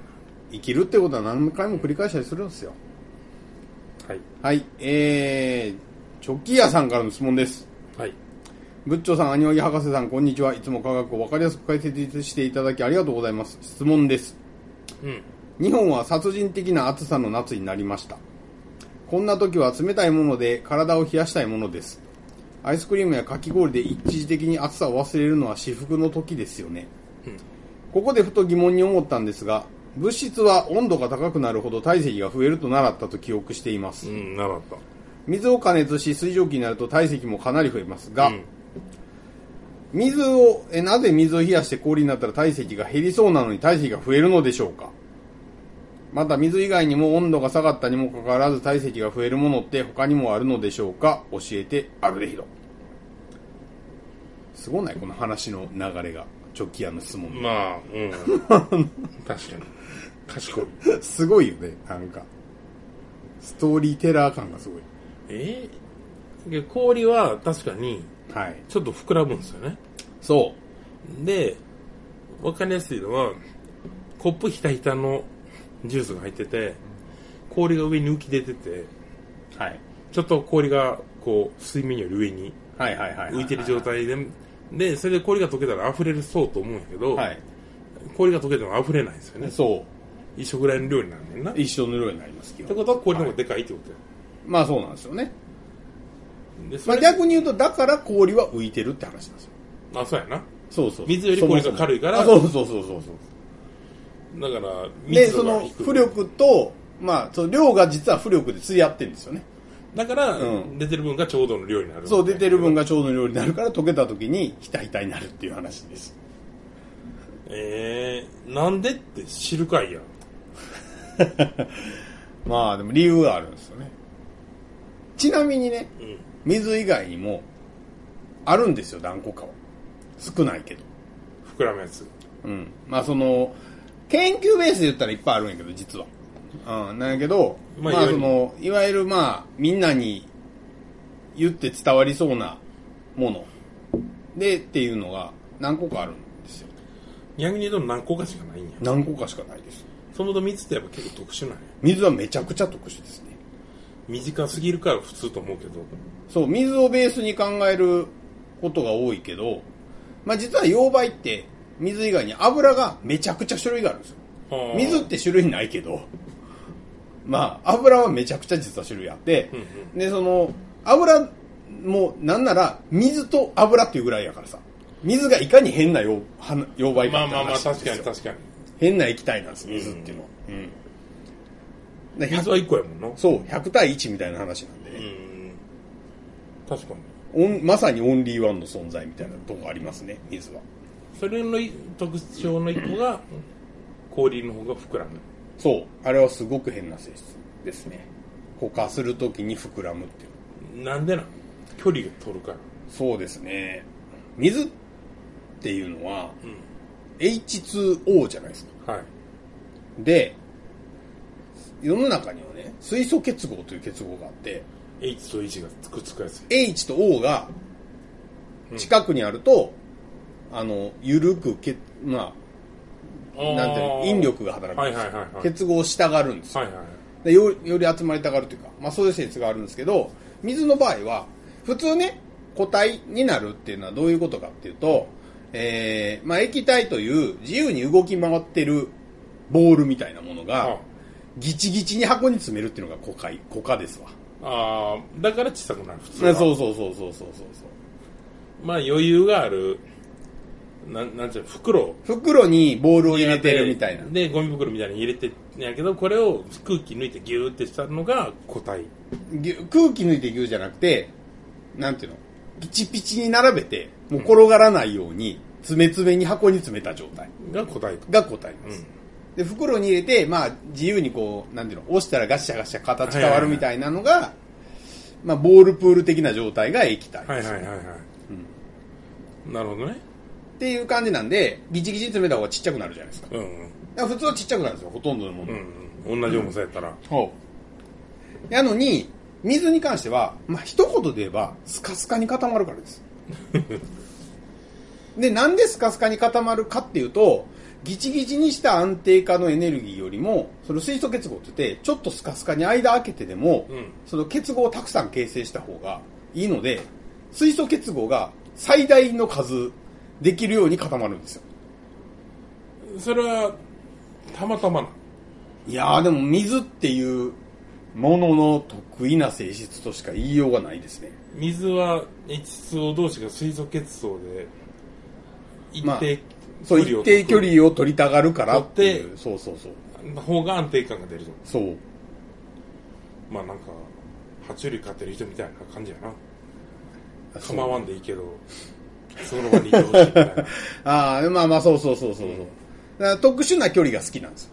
[SPEAKER 3] 生きるってことは何回も繰り返したりするんですよ
[SPEAKER 2] はい。
[SPEAKER 3] はいえー、チョキ屋さんからの質問です
[SPEAKER 2] はい。
[SPEAKER 3] ブッチョさん、アニオギ博士さん、こんにちは。いつも科学を分かりやすく解説していただきありがとうございます。質問です。
[SPEAKER 2] うん。
[SPEAKER 3] 日本は殺人的な暑さの夏になりました。こんな時は冷たいもので体を冷やしたいものです。アイスクリームやかき氷で一時的に暑さを忘れるのは至福の時ですよね。
[SPEAKER 2] うん
[SPEAKER 3] ここでふと疑問に思ったんですが、物質は温度が高くなるほど体積が増えると習ったと記憶しています。
[SPEAKER 2] うん、なかっ
[SPEAKER 3] 水を加熱し水蒸気になると体積もかなり増えます
[SPEAKER 2] た。
[SPEAKER 3] が、水をえなぜ水を冷やして氷になったら体積が減りそうなのに体積が増えるのでしょうかまた水以外にも温度が下がったにもかかわらず体積が増えるものって他にもあるのでしょうか教えてアルデヒドすごないこの話の流れがチョキ屋の質 問
[SPEAKER 2] まあ、うん。確かに。賢い。
[SPEAKER 3] すごいよねなんかストーリーテラー感がすごい
[SPEAKER 2] えで氷は確かに、
[SPEAKER 3] はい
[SPEAKER 2] ちょっと膨らむんですよね。
[SPEAKER 3] そ
[SPEAKER 2] で、わかりやすいのは、コップひたひたのジュースが入ってて、氷が上に浮き出てて、
[SPEAKER 3] う、はい、
[SPEAKER 2] ちょっと氷がこう、水面より上に
[SPEAKER 3] はいはいはいはい
[SPEAKER 2] 浮いてる状態で、で、それで氷が溶けたら溢れるそうと思うんやけど、
[SPEAKER 3] はい
[SPEAKER 2] 氷が溶けても溢れないんですよね。
[SPEAKER 3] そ
[SPEAKER 2] 一緒ぐらいの量になるねんな。っ
[SPEAKER 3] う一緒の量になりますけ
[SPEAKER 2] て
[SPEAKER 3] ど
[SPEAKER 2] ことは氷の方がでかいってことや。
[SPEAKER 3] まあそうなんですよね
[SPEAKER 2] で、そ
[SPEAKER 3] まあ、
[SPEAKER 2] れ、
[SPEAKER 3] 逆に言うと、だから氷は浮いてるって話なんですよ。
[SPEAKER 2] あ、そうやな。
[SPEAKER 3] そうそう
[SPEAKER 2] 水より氷が軽いから
[SPEAKER 3] そもそもあそうそうそうそうそう。
[SPEAKER 2] だから、
[SPEAKER 3] で、
[SPEAKER 2] 密
[SPEAKER 3] そ
[SPEAKER 2] 度が
[SPEAKER 3] の
[SPEAKER 2] 低い
[SPEAKER 3] 浮力と、まあ、その量が実は浮力で釣り合ってるんですよね。
[SPEAKER 2] だから、
[SPEAKER 3] うん
[SPEAKER 2] 出てる分がちょうどの量になる。
[SPEAKER 3] そう、出てる分。がちょうどの量になるから溶けた時に、ひたひたになるっていう話です。
[SPEAKER 2] えー、なんでって知るかいやん。
[SPEAKER 3] まあ、でも理由があるんですよね。ちなみにね、
[SPEAKER 2] うん。
[SPEAKER 3] 水以外にも、あるんですよ、何個かは。少ないけど。
[SPEAKER 2] 膨らむやつ
[SPEAKER 3] うん。まあ、その、研究ベースで言ったらいっぱいあるんやけど、実は。うん。なんやけど、ま
[SPEAKER 2] ま
[SPEAKER 3] あ、
[SPEAKER 2] あ
[SPEAKER 3] その、いわゆるまあ、みんなに言って伝わりそうなものでっていうのが何個かあるんですよ。
[SPEAKER 2] 逆に言うと何個かしかないんや
[SPEAKER 3] 何個かしかないです。
[SPEAKER 2] そのと水ってやっぱ結構特殊なんや
[SPEAKER 3] 水はめちゃくちゃ特殊ですね。
[SPEAKER 2] 短すぎるから普通と思うけど
[SPEAKER 3] そう、水をベースに考えることが多いけど、まあ実は溶媒って水以外に油がめちゃくちゃ種類があるんですよ。
[SPEAKER 2] あー
[SPEAKER 3] 水って種類ないけど、まあ、油はめちゃくちゃ実は種類あって、
[SPEAKER 2] うん
[SPEAKER 3] で、その、油もなんなら水と油っていうぐらいやからさ、水がいかに変な溶は溶
[SPEAKER 2] ま
[SPEAKER 3] 媒か
[SPEAKER 2] あ
[SPEAKER 3] って
[SPEAKER 2] まあまあ
[SPEAKER 3] 話なん
[SPEAKER 2] 確
[SPEAKER 3] ですよ
[SPEAKER 2] かに確かに
[SPEAKER 3] 変な液体なんです、水っていうのは。うん。だから
[SPEAKER 2] 水
[SPEAKER 3] 100
[SPEAKER 2] は1個やもんな
[SPEAKER 3] そう、100対1みたいな話なんで
[SPEAKER 2] う
[SPEAKER 3] ね、
[SPEAKER 2] ん確かに
[SPEAKER 3] オンまさにオンリーワンの存在みたいなとこありますね、水は。
[SPEAKER 2] それの特徴の1個が氷の方が膨らむ
[SPEAKER 3] そう、あれはすごく変な性質ですね。こう化するときに膨らむっていう。
[SPEAKER 2] なんでなん距離が取るから
[SPEAKER 3] そうですね。水っていうのは、
[SPEAKER 2] ん
[SPEAKER 3] H2O じゃないですか。
[SPEAKER 2] はい
[SPEAKER 3] で、世の中にはね、水素結合という結合があって、
[SPEAKER 2] H と H がくっつくやつ
[SPEAKER 3] H と O が近くにあると、あの、緩くけ、まあ、なんていうの、引力が働くん
[SPEAKER 2] はい
[SPEAKER 3] です
[SPEAKER 2] はい
[SPEAKER 3] よ
[SPEAKER 2] はいはい
[SPEAKER 3] 結合したがるんですよ。
[SPEAKER 2] はいはいはい
[SPEAKER 3] でよより集まりたがるというか、まあ、そういう性質があるんですけど水の場合は普通ね固体になるっていうのはどういうことかっていうと、えーまあ、液体という自由に動き回ってるボールみたいなもの
[SPEAKER 2] あ
[SPEAKER 3] がギチギチに箱に詰めるっていうのが固化固化ですわ
[SPEAKER 2] あーだから小さくなる普通
[SPEAKER 3] そう
[SPEAKER 2] は
[SPEAKER 3] そうそうそうそうそうそう
[SPEAKER 2] まあ余裕があるなんなんていうの袋を
[SPEAKER 3] 袋にボールを入れてるみたいな
[SPEAKER 2] でゴミ袋みたいに入れてんやけどこれを空気抜いてギューってしたのが個体
[SPEAKER 3] ぎゅ空気抜いて牛じゃなくてなんていうのピチピチに並べてもう転がらないように詰め詰めに箱に詰めた状態
[SPEAKER 2] が個体と
[SPEAKER 3] が答えます、で袋に入れて、まあ、自由にこうなんていうの押したらガシャガシャ形変わるみたいなのが、まあ、ボールプール的な状態が液体です、
[SPEAKER 2] はいはいはいはい、なるほどね
[SPEAKER 3] っていう感じなんでギチギチに詰めた方がちっちゃくなるじゃないですか
[SPEAKER 2] うん
[SPEAKER 3] だから普通はちっちゃくなるんですよほとんどのもの、
[SPEAKER 2] うん、うん、同じ重さやったら、
[SPEAKER 3] ほうなのに水に関しては、まあ一言で言えばスカスカに固まるからですでなんでスカスカに固まるかっていうとギチギチにした安定化のエネルギーよりもその水素結合って言ってちょっとスカスカに間開けてでも、
[SPEAKER 2] うん
[SPEAKER 3] その結合をたくさん形成した方がいいので水素結合が最大の数できるように固まるんですよ
[SPEAKER 2] それはたまたまない
[SPEAKER 3] やーでも水っていうものの得意な性質としか言いようがないですね。
[SPEAKER 2] 水は H2O 同士が水素結層で一
[SPEAKER 3] まあ
[SPEAKER 2] 定
[SPEAKER 3] そう、一定距離を取りたがるからってい
[SPEAKER 2] 取っ
[SPEAKER 3] う。そうそうそう。
[SPEAKER 2] の方が安定感が出ると
[SPEAKER 3] そう。
[SPEAKER 2] まあなんか爬虫類飼ってる人みたいな感じやな
[SPEAKER 3] そう
[SPEAKER 2] 構わんでいいけどその場にいてほしいみたいな
[SPEAKER 3] ああ、まあまあ、そうそうそうそうそう。
[SPEAKER 2] うん
[SPEAKER 3] だから特殊な距離が好きなんですよ。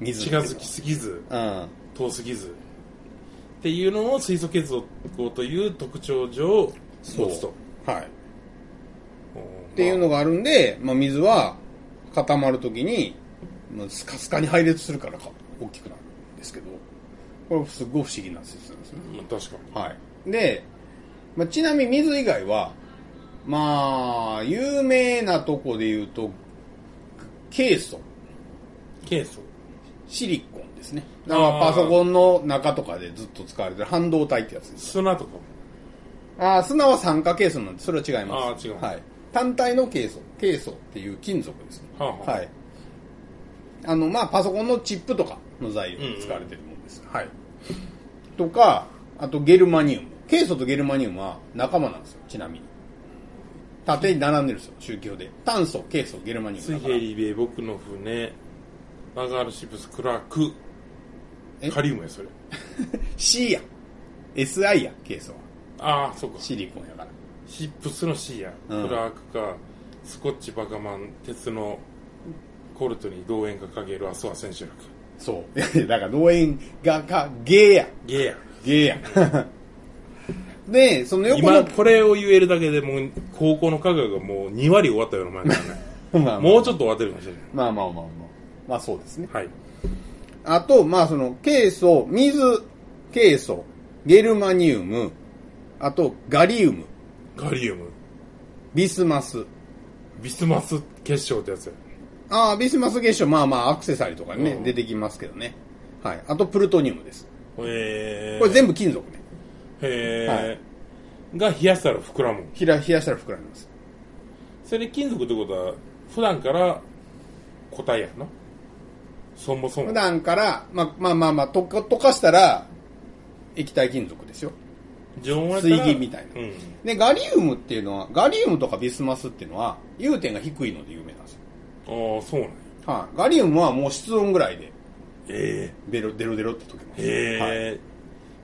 [SPEAKER 3] 水っていう
[SPEAKER 2] 近
[SPEAKER 3] の
[SPEAKER 2] づ
[SPEAKER 3] は
[SPEAKER 2] きすぎず
[SPEAKER 3] うん。
[SPEAKER 2] 遠すぎずっていうのを水素結合という特徴上持つと
[SPEAKER 3] う。はい。っ
[SPEAKER 2] おー
[SPEAKER 3] ていうのがあるんで、まあ水は固まるときに、まあ、スカスカに配列するからか、大きくなるんですけど、これすっごい不思議な性質なんですね。
[SPEAKER 2] まあまあ確か
[SPEAKER 3] はい。で、まあ、ちなみに水以外は、まあ、有名なとこで言うと、ケイ素、
[SPEAKER 2] にケイ素
[SPEAKER 3] シリコンですね。だから
[SPEAKER 2] あー
[SPEAKER 3] パソコンの中とかでずっと使われてる半導体ってやつです。
[SPEAKER 2] 砂とかも
[SPEAKER 3] ああ、砂は酸化ケイ素なんで、それは違います。
[SPEAKER 2] あー違う
[SPEAKER 3] はい。単体のケイ素、ケイ素っていう金属ですね。
[SPEAKER 2] はあはあ
[SPEAKER 3] い。あの、まあ、パソコンのチップとかの材料に使われてるものです。はい。とか、あとゲルマニウム。ケイ素とゲルマニウムは仲間なんですよ、ちなみに。縦に並んでるんですよ、宗教で。炭素、ケイ素、ゲルマニウム
[SPEAKER 2] 水
[SPEAKER 3] だから
[SPEAKER 2] 平。リベ僕の船ラガールシップスクラーク
[SPEAKER 3] え
[SPEAKER 2] カリウムやそれ
[SPEAKER 3] C や。SI や、ケイ素は。
[SPEAKER 2] ああそうか
[SPEAKER 3] シリコンやから。
[SPEAKER 2] シップスの C や、
[SPEAKER 3] うん
[SPEAKER 2] クラークかスコッチバカマン鉄のコルトに同縁がかけるアスワ選手らか
[SPEAKER 3] そう。い やいやだから、農園がか、ゲーや。
[SPEAKER 2] ゲや
[SPEAKER 3] ゲーや。 で、その横
[SPEAKER 2] 今
[SPEAKER 3] の、
[SPEAKER 2] これを言えるだけでもう高校の科学がもう2割終わったような前からね
[SPEAKER 3] ま あまあ
[SPEAKER 2] もうちょっと終わってるかもしれない
[SPEAKER 3] まあまあまあまあ。まあそうですね。
[SPEAKER 2] はい
[SPEAKER 3] あと、まあその、ケイ素、水、ケイ素、ゲルマニウム、あと、ガリウム、
[SPEAKER 2] ガリウム
[SPEAKER 3] ビスマス。
[SPEAKER 2] ビスマス結晶ってやつや
[SPEAKER 3] ああ、ビスマス結晶、まあまあアクセサリーとかにね、
[SPEAKER 2] うん
[SPEAKER 3] 出てきますけどね。はい。あと、プルトニウムです。
[SPEAKER 2] えー、
[SPEAKER 3] これ全部金属ね。
[SPEAKER 2] へ
[SPEAKER 3] は
[SPEAKER 2] え、が冷やしたら膨らむ
[SPEAKER 3] ひら、冷やしたら膨らみます。
[SPEAKER 2] それ金属ってことは普段から固体やんなそもそも
[SPEAKER 3] 普段から、まあまあまあまあ、とか、溶かしたら、液体金属ですよ。
[SPEAKER 2] 常温やった
[SPEAKER 3] 水
[SPEAKER 2] ら
[SPEAKER 3] 銀みたいな
[SPEAKER 2] うん、
[SPEAKER 3] で、ガリウムっていうのは、ガリウムとかビスマスっていうのは、融点が低いので有名なんですよ。
[SPEAKER 2] ああそうなんや
[SPEAKER 3] はい。ガリウムはもう室温ぐらいで、
[SPEAKER 2] え
[SPEAKER 3] ベロ、デロデロって溶けま
[SPEAKER 2] え
[SPEAKER 3] す。
[SPEAKER 2] へ
[SPEAKER 3] はい
[SPEAKER 2] え、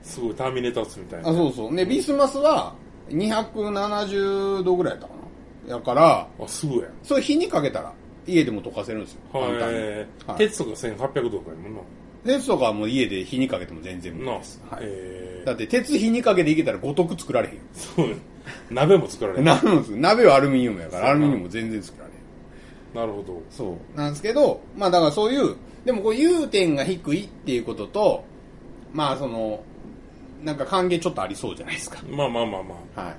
[SPEAKER 2] すごいターミネーターっすみたいな
[SPEAKER 3] あそうそうねビスマスは270度ぐらいやったかなやから
[SPEAKER 2] あすぐやん
[SPEAKER 3] それ火にかけたら家でも溶かせるんですよ簡単に、
[SPEAKER 2] へえ
[SPEAKER 3] はい、
[SPEAKER 2] 鉄とか1800度かやもんな
[SPEAKER 3] 鉄とかはもう家で火にかけても全然無
[SPEAKER 2] な
[SPEAKER 3] 理
[SPEAKER 2] あ
[SPEAKER 3] です、はい
[SPEAKER 2] ええ
[SPEAKER 3] だって鉄火にかけていけたら五徳作られへんよ
[SPEAKER 2] そうや鍋も作られるな
[SPEAKER 3] なんです鍋はアルミニウムやか
[SPEAKER 2] そう
[SPEAKER 3] らアルミニウムも全然作られへん
[SPEAKER 2] なるほど
[SPEAKER 3] そうなんですけどまあだからそういうでもこう融点が低いっていうこととまあそのなんか歓迎ちょっとありそうじゃないですか
[SPEAKER 2] まあまあまあまあ
[SPEAKER 3] は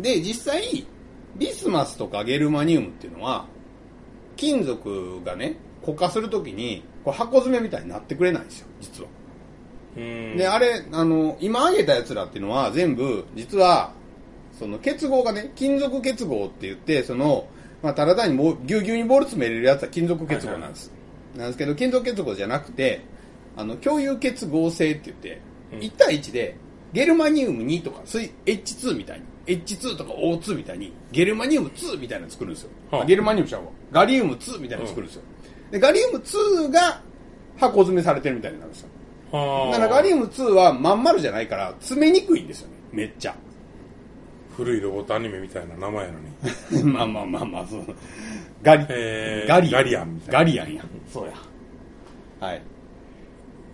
[SPEAKER 3] い、で実際ビスマスとかゲルマニウムっていうのは金属がね固化するときにこう箱詰めみたいになってくれないんですよ実は
[SPEAKER 2] うん。
[SPEAKER 3] で、あれ、あの、今挙げたやつらっていうのは全部、実は、その結合がね、金属結合って言って、その、まあ、ただ単にもうぎゅうぎゅうにボール詰めれるやつは金属結合なんです。なんですけど、金属結合じゃなくて、あの、共有結合性って言って、
[SPEAKER 2] うん
[SPEAKER 3] 1対1で、ゲルマニウム2とか、水 H2 みたいに、H2 とか O2 みたいに、ゲルマニウム2みたいなの作るんですよ。
[SPEAKER 2] はあ
[SPEAKER 3] あゲルマニウムちゃうわ。ガリウム2みたいなの作るんですよ。で、ガリウム2が箱詰めされてるみたいになるんですよ。
[SPEAKER 2] はあ
[SPEAKER 3] だからガリウム2はまん丸じゃないから詰めにくいんですよねめっちゃ
[SPEAKER 2] 古いロボットアニメみたいな名前やのに。
[SPEAKER 3] まあまあまあまあそうガリ、
[SPEAKER 2] えー
[SPEAKER 3] ガリ
[SPEAKER 2] ガリアンみたいな
[SPEAKER 3] ガリアンやそうやはいっ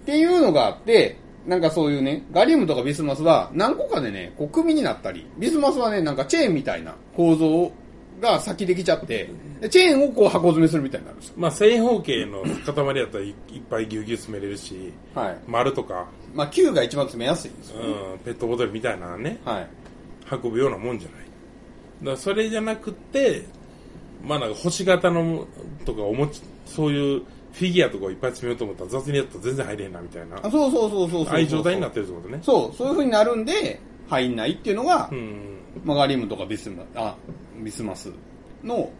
[SPEAKER 3] ていうのがあってなんかそういうねガリウムとかビスマスは何個かでねこう組になったりビスマスはねなんかチェーンみたいな構造が先できちゃってでチェーンをこう箱詰めするみたいになるんですよ
[SPEAKER 2] まあ、正方形の塊やったらいいっぱいぎゅうぎゅう詰めれるし、
[SPEAKER 3] はい
[SPEAKER 2] 丸とか、
[SPEAKER 3] まあ球が一番詰めやすいんですよ
[SPEAKER 2] うん、ペットボトルみたいなのね、
[SPEAKER 3] はい
[SPEAKER 2] 運ぶようなもんじゃない。だからそれじゃなくて、まあなんか星型のとかおもち、そういうフィギュアとかをいっぱい詰めようと思ったら雑にやったら全然入れんなみたいな、
[SPEAKER 3] あそうそうそうそうそ
[SPEAKER 2] あ
[SPEAKER 3] う
[SPEAKER 2] あいう状態になってるってことね。
[SPEAKER 3] そう、そういう風になるんで、入んないっていうのが、
[SPEAKER 2] うん。
[SPEAKER 3] マガリウムとかビスマあビスマスの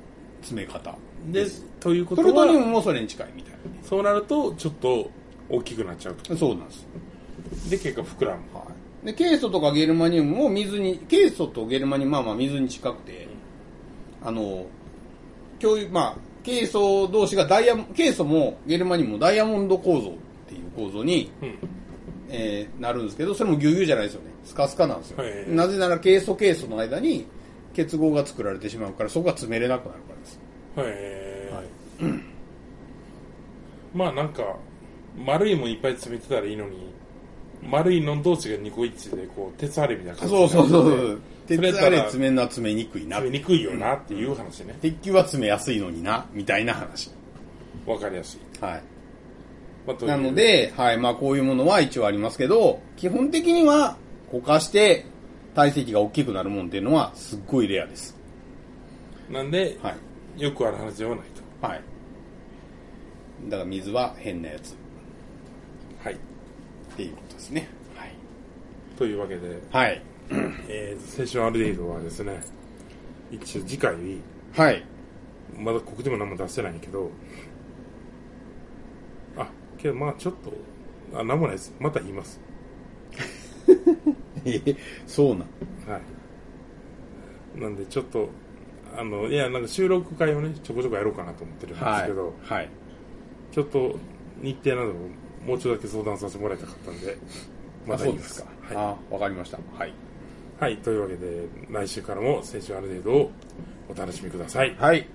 [SPEAKER 3] 詰め方。
[SPEAKER 2] で、というこ
[SPEAKER 3] プ
[SPEAKER 2] と
[SPEAKER 3] ルトニウム
[SPEAKER 2] は、
[SPEAKER 3] もそれに近いみたいなね
[SPEAKER 2] そうなるとちょっと大きくなっちゃうと。。
[SPEAKER 3] そうなんです。
[SPEAKER 2] で、結果膨らむ。
[SPEAKER 3] はい。で、ケイ素とかゲルマニウムも水に、ケイ素とゲルマニウムはまあ水に近くて、あの、共有、まあ、ケイ素同士がダイヤモ、ケイ素もゲルマニウムもダイヤモンド構造っていう構造に
[SPEAKER 2] うん。
[SPEAKER 3] えーなるんですけど、それもぎゅうぎゅうじゃないですよね。スカスカなんですよ。
[SPEAKER 2] はい
[SPEAKER 3] なぜなら、ケイ素ケイ素の間に結合が作られてしまうから、そこが詰めれなくなるからです。
[SPEAKER 2] へー まあなんか丸いもんいっぱい詰めてたらいいのに丸いの同士が2個一致でこう鉄あれみたいな感じ
[SPEAKER 3] そうそうそうそう。
[SPEAKER 2] それやっ
[SPEAKER 3] 鉄
[SPEAKER 2] たら
[SPEAKER 3] あれ詰めんのは詰めにくいな。
[SPEAKER 2] 食べにくいよなっていう話ね
[SPEAKER 3] 鉄球は詰めやすいのにな、みたいな話。
[SPEAKER 2] わかりやすい、
[SPEAKER 3] はい。
[SPEAKER 2] まあという
[SPEAKER 3] なので、はい、まあこういうものは一応ありますけど、基本的には、固化して、体積が大きくなるもんっていうのは、すっごいレアです。
[SPEAKER 2] なんで、
[SPEAKER 3] はい。
[SPEAKER 2] よくある話ではないと
[SPEAKER 3] はい。だから水は変なやつっ
[SPEAKER 2] はい
[SPEAKER 3] ていうことですね。はい。
[SPEAKER 2] というわけで、
[SPEAKER 3] はい。
[SPEAKER 2] えー、青春アルデヒドはですね一応次回
[SPEAKER 3] はい。
[SPEAKER 2] まだ告知も何も出してないんやけどあけどまあちょっとあ何もないですまた言います
[SPEAKER 3] えそうなん。
[SPEAKER 2] はい。なんで、ちょっと、あの、いや、なんか収録会をね、ちょこちょこやろうかなと思ってるんですけど、
[SPEAKER 3] はい。
[SPEAKER 2] ちょっと日程なども、もうちょっとだけ相談させてもらいたかったんで、ま
[SPEAKER 3] あ、
[SPEAKER 2] た
[SPEAKER 3] そ
[SPEAKER 2] 言
[SPEAKER 3] う
[SPEAKER 2] い
[SPEAKER 3] で
[SPEAKER 2] ますす
[SPEAKER 3] か。
[SPEAKER 2] はい。
[SPEAKER 3] あ、わかりました。はい。
[SPEAKER 2] はい。というわけで、来週からも青春ある程度をお楽しみください。
[SPEAKER 3] はい。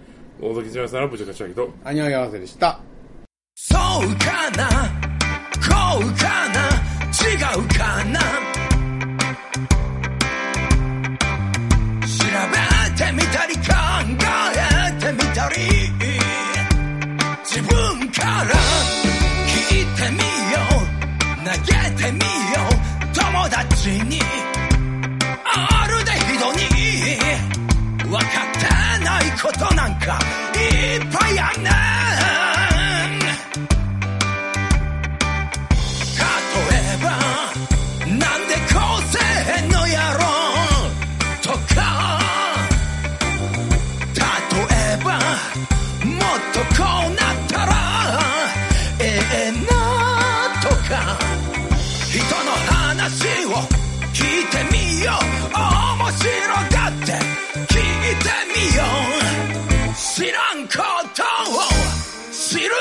[SPEAKER 2] 大崎島さんの部長課長と、
[SPEAKER 3] アニュアイ合わせでした。
[SPEAKER 1] そうかなこうかな違うかな調べてみたり考えてみたり自分から聞いてみよう投げてみよう友達にあるでひどに分かってないことなんかいっぱいあんねん例えばなんでこうせんのやろとか例えばもっとこうなったらええなとか人の話を聞いてみよう面白がって聞いてみよう知らんことを知る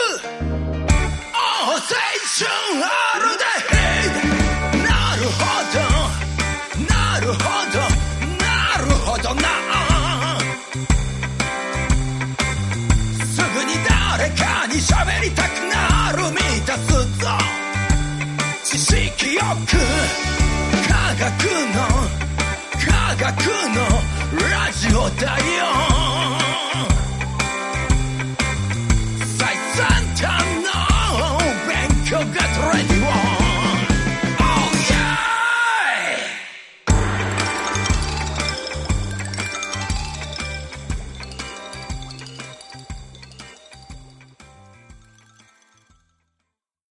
[SPEAKER 1] 青春あるでなるほどなるほどなるほどなすぐに誰かに喋りたくなる満たすぞ知識よく科学の科学のラジオだよ Oh, Oh,